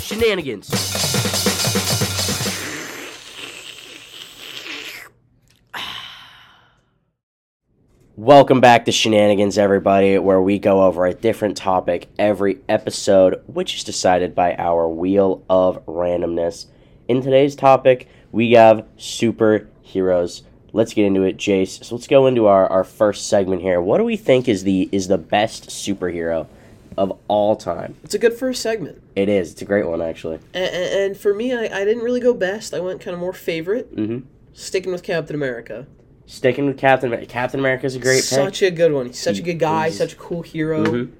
Shenanigans. Welcome back to Shenanigans, everybody, where we go over a different topic every episode, which is decided by our wheel of randomness. In today's topic, we have superheroes. Let's get into it, Jace. So let's go into our, our first segment here. What do we think is the is the best superhero of all time? It's a good first segment. It is. It's a great one, actually. And, and for me, I, I didn't really go best. I went kind of more favorite, Mm-hmm. sticking with Captain America. Sticking with Captain America. Captain America is a great pick. Such a good one. He's such a good guy, He's- such a cool hero. Mhm.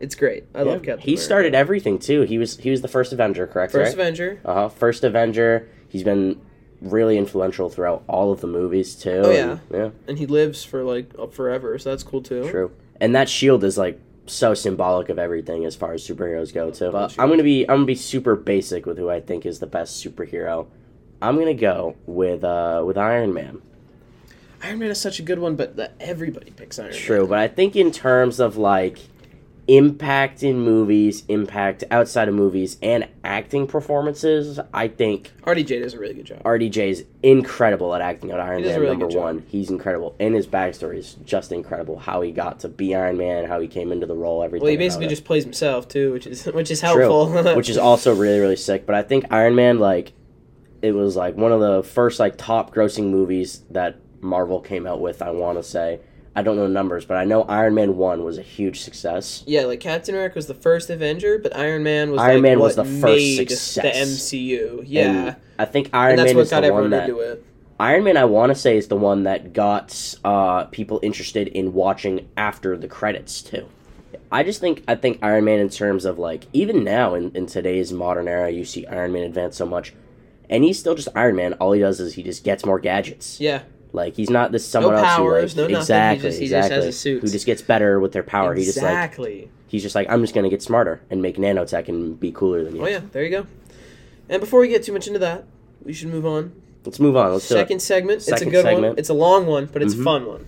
It's great. I love Captain he America. started everything too. He was he was the first Avenger, correct? First right? Avenger. Uh huh. First Avenger. He's been really influential throughout all of the movies too. Oh, and- yeah. And he lives for like up forever, so that's cool too. True. And that shield is like so symbolic of everything as far as superheroes go too. But shield. I'm gonna be I'm gonna be super basic with who I think is the best superhero. I'm gonna go with uh with Iron Man. Iron Man is such a good one, but that everybody picks Iron Man. True, but I think in terms of like impact in movies, impact outside of movies, and acting performances, I think RDJ does a really good job. RDJ is incredible at acting on Iron He does Man. a really number good job. one, he's incredible, and his backstory is just incredible. How he got to be Iron Man, how he came into the role, everything. well, he about basically it. just plays himself too, which is which is helpful. True. which is also really really sick. But I think Iron Man like it was like one of the first like top grossing movies that Marvel came out with. I want to say I don't know numbers, but I know Iron Man one was a huge success. yeah, like Captain America was the first Avenger, but Iron Man was Iron like, Man was what the first made success. the MCU. Yeah, And and, I think Iron that's Man what is the got everyone one that into it. Iron Man. I want to say is the one that got uh, people interested in watching after the credits too. I just think I think Iron Man in terms of like even now in, in today's modern era, you see Iron Man advance so much, and he's still just Iron Man. All he does is he just gets more gadgets. Yeah, Like he's not this someone else powers, who no like nothing, he exactly just- he just has exactly his suits. who just gets better with their power. He just like exactly. he's just like I'm just gonna get smarter and make nanotech and be cooler than you. Oh yeah, there you go. And before we get too much into that, we should move on. Let's move on. Let's do it. second segment. It's a Second good one. segment. It's a long one, but it's Mhm. a fun one.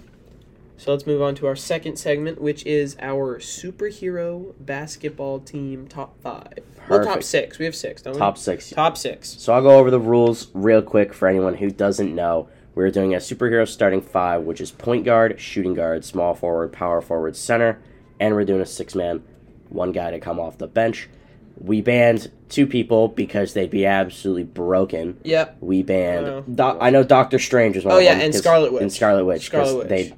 So let's move on to our second segment, which is our superhero basketball team top five. Well, top Perfect. six. We have six, don't top six. we? Top six. So I'll go over the rules real quick for anyone who doesn't know. We're doing a superhero starting five, which is point guard, shooting guard, small forward, power forward, center, and we're doing a six man, one guy to come off the bench. We banned two people because they'd be absolutely broken. Yeah. We banned. Oh. Doc- I know Doctor Strange was one. Oh, of yeah, them and 'cause- Scarlet Witch. And Scarlet Witch Scarlet because Witch. they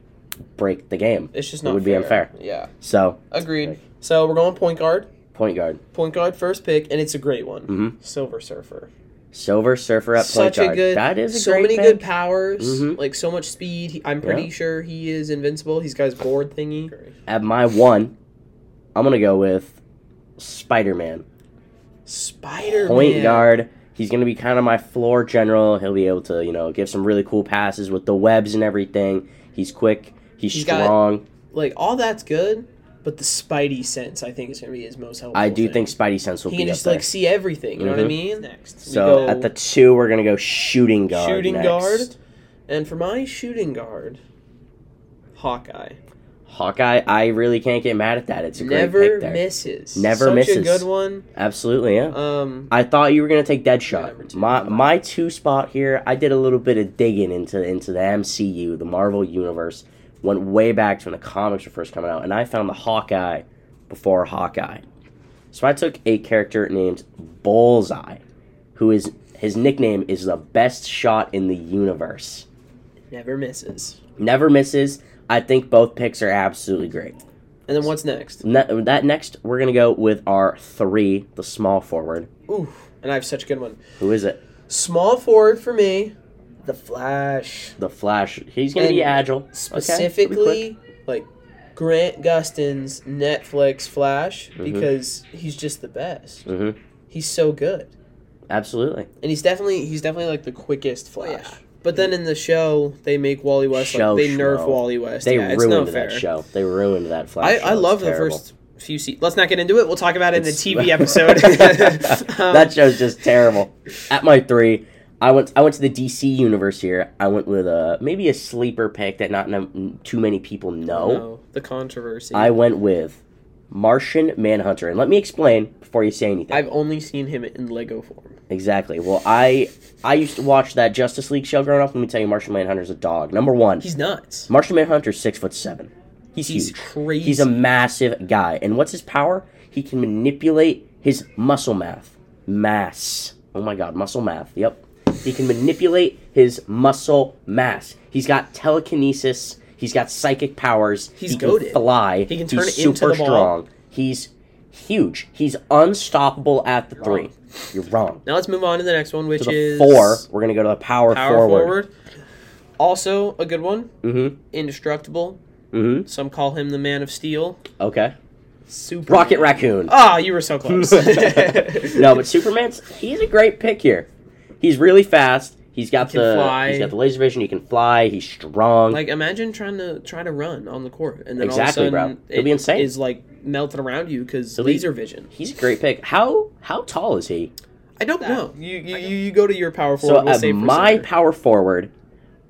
break the game. It's just It not. would be unfair. Yeah. So Agreed. So we're going point guard. point guard, Point guard first pick, and it's a great one. Mhm. Silver Surfer. Silver Surfer at point Such guard. a good. that is a so great many pick. good powers. Mhm. Like so much speed. He, I'm pretty Yeah. sure he is invincible. He's got his board thingy. at my one, I'm gonna go with Spider Man. Spider Point guard. He's gonna be kind of my floor general. He'll be able to, you know, give some really cool passes with the webs and everything. He's quick. He's, He's got- strong. Like all that's good, but the Spidey sense I think is gonna be his most helpful. I do thing. think Spidey sense will he be can just up like see everything. You know what I Mhm. mean? Next, there. So at the two, we're gonna go shooting guard. shooting next. guard, and for my shooting guard, Hawkeye Hawkeye. I really can't get mad at that. It's a great never pick there. misses. Never Such a misses. good one. Absolutely, yeah. Um, I thought you were gonna take Number Deadshot. two. My my two spot here. I did a little bit of digging into into the MCU, the Marvel universe. Went way back to when the comics were first coming out, and I found the Hawkeye before Hawkeye. So I took a character named Bullseye, who is his nickname is the best shot in the universe. never misses. Never misses. I think both picks are absolutely great. And then what's next? Ne- that next, we're gonna go with our three, the small forward. Ooh, and I have such a good one. Who is it? Small forward for me, the Flash. The Flash. He's gonna be And agile. Okay, pretty quick. specifically like Grant Gustin's Netflix Flash Mm-hmm. because he's just the best. Mhm. He's so good, Absolutely. and he's definitely he's definitely like the quickest Flash. But then in the show, they make Wally West Show like they nerf schmo. Wally West. They yeah, it's ruined not fair. that show. They ruined that Flash. I, show. I It's love the terrible. first few seasons. Let's not get into it. We'll talk about it It's- in the TV episode. Um, that show's just terrible. At my three, I went. I went to the DC universe here. I went with a maybe a sleeper pick that not no, too many people know. no, the controversy. I went with Martian Manhunter. And let me explain before you say anything. I've only seen him in Lego form. Exactly. Well, I I used to watch that Justice League show growing up. Let me tell you, Martian Manhunter's a dog. Number one, He's nuts. Martian Manhunter's six foot seven. He's, He's huge. crazy. He's a massive guy. And what's his power? He can manipulate his muscle math. Mass. Oh my god, muscle math. Yep. He can manipulate his muscle mass. He's got telekinesis. He's got psychic powers. He's he can goated. fly. He can He's turn it into super the ball. strong. He's huge. He's unstoppable at the three. You're wrong. Now let's move on to the next one, which To the is four, we're gonna go to the power, Power forward. forward. Also a good one. Mm-hmm. Indestructible. Mm-hmm. Some call him the Man of Steel. Okay. Super Rocket Raccoon. Ah, you were so close. no, but Superman's he's a great pick here. He's really fast. He's got He can the fly. he's got the laser vision. He can fly. He's strong. Like imagine trying to try to run on the court, and then Exactly, all of a bro. sudden It'll be insane. Is like melted around you because It'll be- laser vision. he's a great pick. How how tall is he? I don't That- know. You you, you you go to your power forward. So we'll at save for my center. power forward,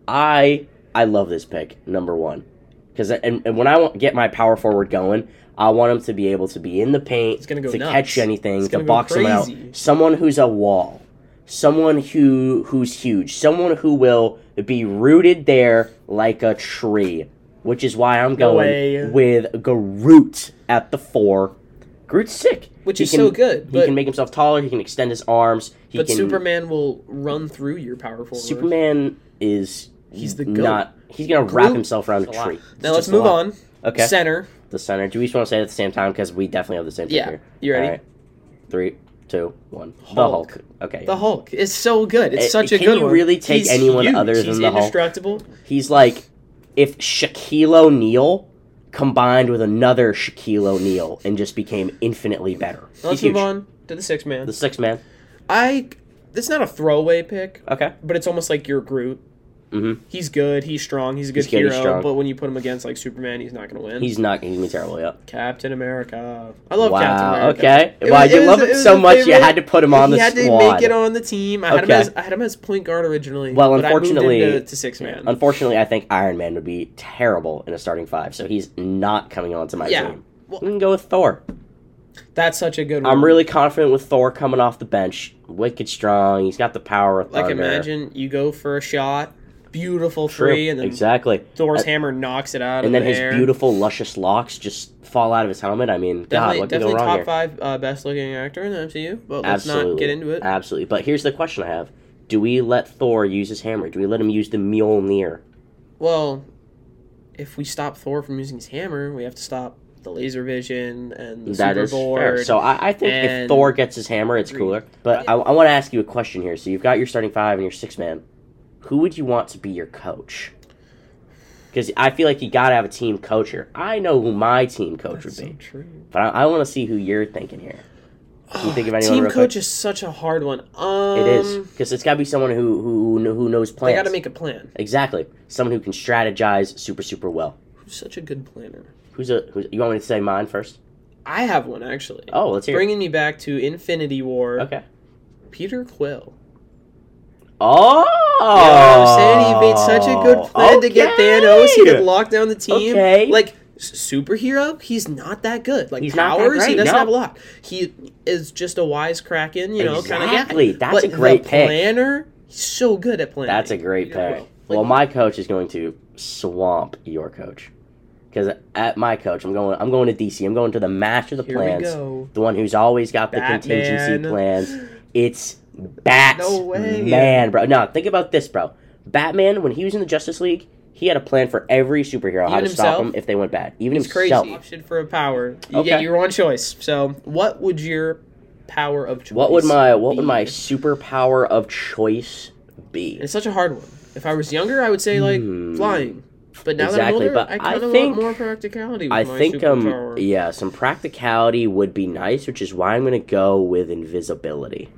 I I love this pick number one because and, and when I want, get my power forward going, I want him to be able to be in the paint, He's gonna go to nuts. catch anything, He's to gonna go box him out. crazy. Someone who's a wall, someone who who's huge, someone who will be rooted there like a tree, which is why I'm way. going with Groot at the four. Groot's sick, Which He is so good, He but- can make himself taller. He can extend his arms. He but can, Superman will run through your power forward. Superman is He's the goat. not. He's gonna wrap Groot- himself around a It's a lot. tree. Now It's let's just a move lot. on. Okay. Center. The center. Do we just want to say it at the same time because we definitely have the same Yeah. picture? You ready? Alright. Three, two, one. The Hulk. Hulk. Okay. The Hulk. It's so good. It's Eh, such a can good you one. really take He's anyone huge. other than He's the Hulk? indestructible. He's like if Shaquille O'Neal combined with another Shaquille O'Neal and just became infinitely better. Now He's let's huge. move on to the six man. The six man. I. It's not a throwaway pick, Okay. but it's almost like your Groot. Mhm. He's good. He's strong. He's a good He's good, he's hero. strong. But when you put him against like Superman, he's not going to win. He's not going to be terrible. Yep. Captain America. I love Captain Wow. America. Okay. It wow. was- you was- love it, was so a much. You favorite. had to put him on he the had squad. to make it on the team. I had him Okay. as I had him as point guard originally. Well, but I moved unfortunately- him to, to six man. Unfortunately, I think Iron Man would be terrible in a starting five, so he's not coming on to my Yeah. team. I'm gonna go with Thor. That's such a good. one. I'm really confident with Thor coming off the bench. Wicked strong. He's got the power of like thunder. imagine you go for a shot, beautiful True. three, and then exactly. Thor's Uh, hammer knocks it out. of And then the his air. beautiful, luscious locks just fall out of his helmet. I mean, God, Definitely, what could go definitely wrong top here? five uh, best looking actor in the MCU, but let's Absolutely. not get into it. Absolutely. But here's the question I have: Do we let Thor use his hammer? Do we let him use the Mjolnir? Well, if we stop Thor from using his hammer, we have to stop the laser vision and the That super is board. fair. So I, I think if and- Thor gets his hammer, it's cooler. But I, I want to ask you a question here. So you've got your starting five and your six man. Who would you want to be your coach? Because I feel like you got to have a team coacher. I know who my team coach That's would so be, true. but I, I want to see who you're thinking here. Can you think of anyone? Team real coach quick? is such a hard one. Um, It is because it's got to be someone who who who kn- who knows They plans. got to make a plan. exactly someone who can strategize super super well. Who's such a good planner? Who's a who's, you want me to say mine first? I have one actually. Oh, let's hear. it. Bringing me back to Infinity War, Okay. Peter Quill. Oh, You know what I'm saying? He made such a good plan to get Okay. Thanos. He could lock down the team. Okay. Like s- superhero, he's not that good. Like He's not that powers, he great, doesn't no. have a lot. He is just a wise kraken, you know, kind of guy. Exactly. That's But a great the pick. Planner, he's so good at planning. That's a great Peter pick. Quill. well, my coach is going to swamp your coach because at my coach, I'm going. I'm going to DC. I'm going to the master of the Here plans, we go. the one who's always got the contingency Batman. plans. It's Bats. No way. man, bro. No, think about this, bro. Batman when he was in the Justice League, he had a plan for every superhero how Even to stop himself? them if they went bad. Even It's crazy. himself. Option for a power. You Okay. get your one choice. So, what would your power of choice? What would my what would be? my superpower of choice be? It's such a hard one. If I was younger, I would say like Hmm. flying. But now Exactly, that I'm older, but I I kind of think- want more practicality. With I my think um superpower. yeah, some practicality would be nice, which is why I'm gonna go with invisibility.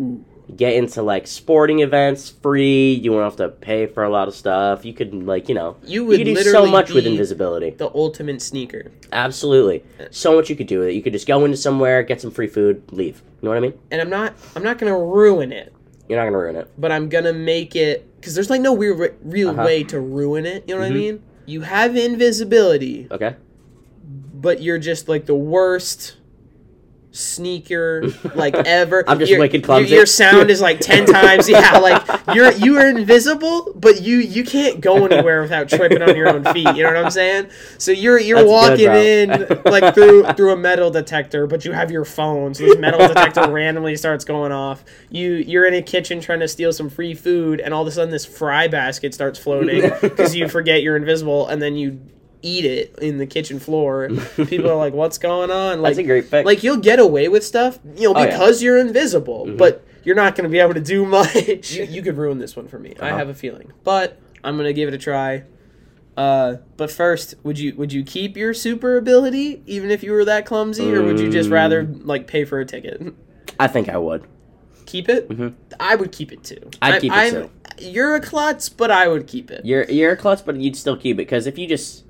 Ooh. Get into like sporting events free. You won't have to pay for a lot of stuff. You could like you know You you would could do so literally much with be invisibility. The ultimate sneaker. Absolutely, so much you could do with it. You could just go into somewhere, get some free food, leave. You know what I mean? And I'm not I'm not gonna ruin it, You're not gonna ruin it. but I'm gonna make it because there's like no weird real Uh-huh. way to ruin it. You know what Mhm. I mean? You have invisibility, Okay. but you're just like the worst sneaker like ever. I'm just Your- wicked clumsy. Your, your sound is like ten times. Yeah, like you're you are invisible, but you you can't go anywhere without tripping on your own feet. You know what I'm saying? So you're you're That's good, walking bro. in like through through a metal detector, but you have your phone, so this metal detector randomly starts going off. You you're in a kitchen trying to steal some free food, and all of a sudden this fry basket starts floating because you forget you're invisible, and then you. Eat it in the kitchen floor. People are like, "What's going on?" Like, That's a great pick. like you'll get away with stuff, you know, Oh, yeah. Mm-hmm. because you're invisible, but you're not going to be able to do much. you, you could ruin this one for me. I Uh-huh. have a feeling, but I'm going to give it a try. Uh, but first, would you would you keep your super ability even if you were that clumsy, or would you just Um, rather like pay for a ticket? I think I would. Keep it. Mhm. I would keep it too. I'd I- keep it I'm- too. You're a klutz, but I would keep it. You're you're a klutz, but you'd still keep it because if you just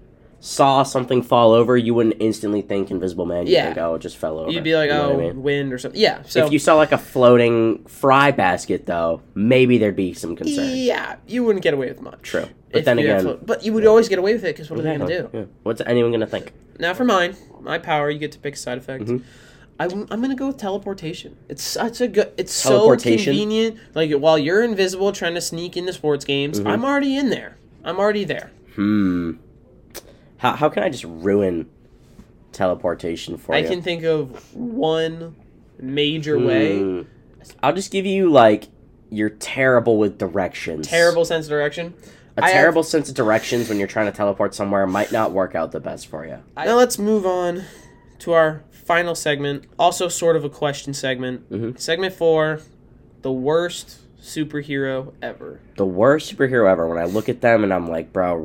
saw something fall over, you wouldn't instantly think Invisible Man. You'd Yeah. think, oh, it just fell over. You'd be like, You know oh, what I mean? wind or something. Yeah. So if you saw like a floating fry basket, though, maybe there'd be some concern. yeah, you wouldn't get away with much. True. But If then you had again- flo- but you would always get away with it because what are they going to do? Yeah. What's anyone gonna think? Now for mine, my power. You get to pick a side effect. Mm-hmm. I'm, I'm gonna go with teleportation. It's such a good. It's so Teleportation? convenient. Like while you're invisible, trying to sneak into sports games, Mm-hmm. I'm already in there. I'm already there. Hmm. How how can I just ruin teleportation for I you? can think of one major way. Hmm. I'll just give you like you're terrible with directions. Terrible sense of direction. A I have- terrible sense of directions when you're trying to teleport somewhere might not work out the best for you. now let's move on to our final segment. Also, sort of a question segment. Mhm. Segment four: the worst superhero ever. The worst superhero ever. When I look at them and I'm like, bro,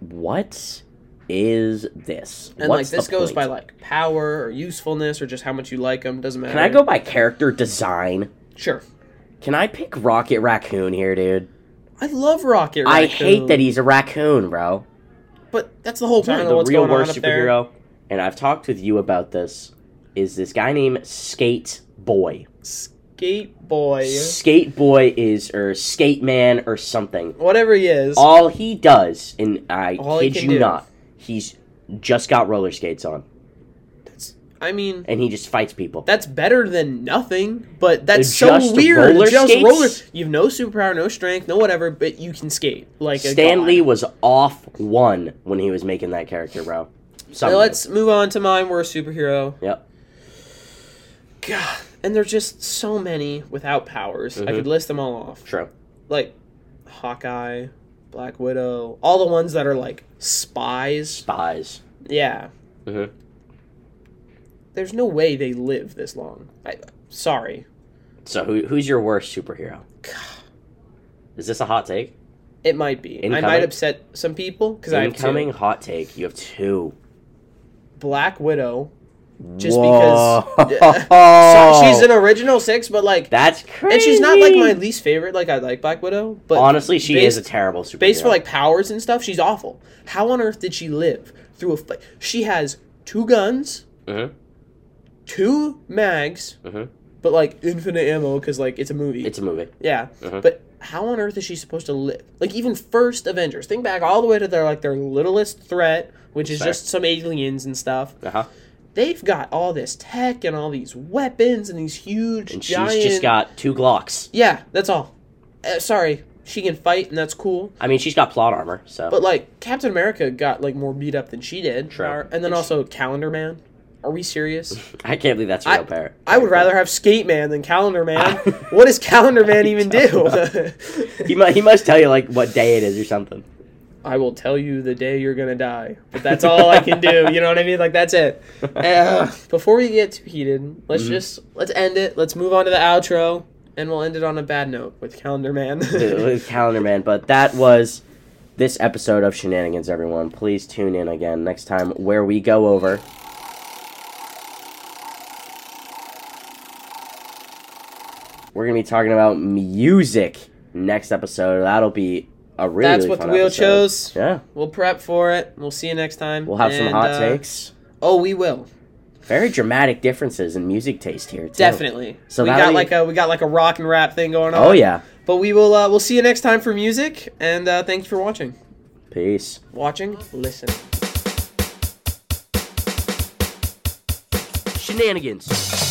what is this? And What's like this the goes point?" by like power or usefulness or just how much you like them. Doesn't matter. Can I go by character design? Sure. Can I pick Rocket Raccoon here, dude? I love Rocket. I Raccoon, hate that he's a raccoon, bro. But that's the whole point Yeah, of the what's real going worst on up there. superhero. And I've talked with you about this. Is this guy named Skate Boy? Skate boy, Skate Boy is or Skate Man or something. whatever he is. All he does, and I All he kid can you do. not, he's just got roller skates on, that's, I mean, and he just fights people. that's better than nothing. But that's so Just weird. roller just skates? roller. You have no superpower, no strength, no whatever, but you can skate like a god. Stanley was off one when he was making that character, bro. Now Something. let's move on to mine worst superhero. Yep. God, and there's just so many without powers. I Mhm. could list them all off. True. like Hawkeye, Black Widow, all the ones that are like spies. Spies. Yeah, Mm-hmm. there's no way they live this long. I, sorry, So who, who's your worst superhero? Is this a hot take? it might be. I might Incoming? upset some people because I have Incoming two. hot take. You have two. Black Widow. Just because Whoa. so, she's an original six, but like, That's crazy. and she's not like my least favorite. Like I like Black Widow, but Honestly, she is based- a terrible superhero. based for like powers and stuff, she's awful. How on earth did she live through a fight? She has two guns, Mhm. two mags, Mhm. but like infinite ammo because like it's a movie. It's a movie. yeah, Mhm. but how on earth is she supposed to live? Like even first Avengers, think back all the way to their like their littlest threat, which is Fair. just some aliens and stuff. Uh huh. They've got all this tech and all these weapons and these huge And giant. she's just got two Glocks. yeah, that's all. Uh, sorry, she can fight and that's cool. I mean, she's got plot armor. So But like Captain America got like more beat up than she did. True. Or- And then also Calendar Man. Are we serious? I can't believe that's a real pair. I would rather have Skate Man than Calendar Man. what does Calendar Man even do? He must. He must tell you like what day it is or something. I will tell you the day you're gonna die. But that's all I can do. You know what I mean? Like that's it. Ugh. before we get too heated, let's Mm-hmm. just let's end it. Let's move on to the outro, and we'll end it on a bad note with Calendar Man. with calendar man. But that was this episode of Shenanigans. Everyone, please tune in again next time where we go over. We're gonna be talking about music next episode. That'll be a really That's really what fun the wheel episode. chose. Yeah, We'll prep for it. We'll see you next time. we'll have some And, hot uh, takes. Oh, we will. Very dramatic differences in music taste here. Too. Definitely. So we that'll got be- like a we got like a rock and rap thing going on. Oh yeah. But we will uh, we'll see you next time for music and uh, thank you for watching. Peace. Watching, listening. Shenanigans.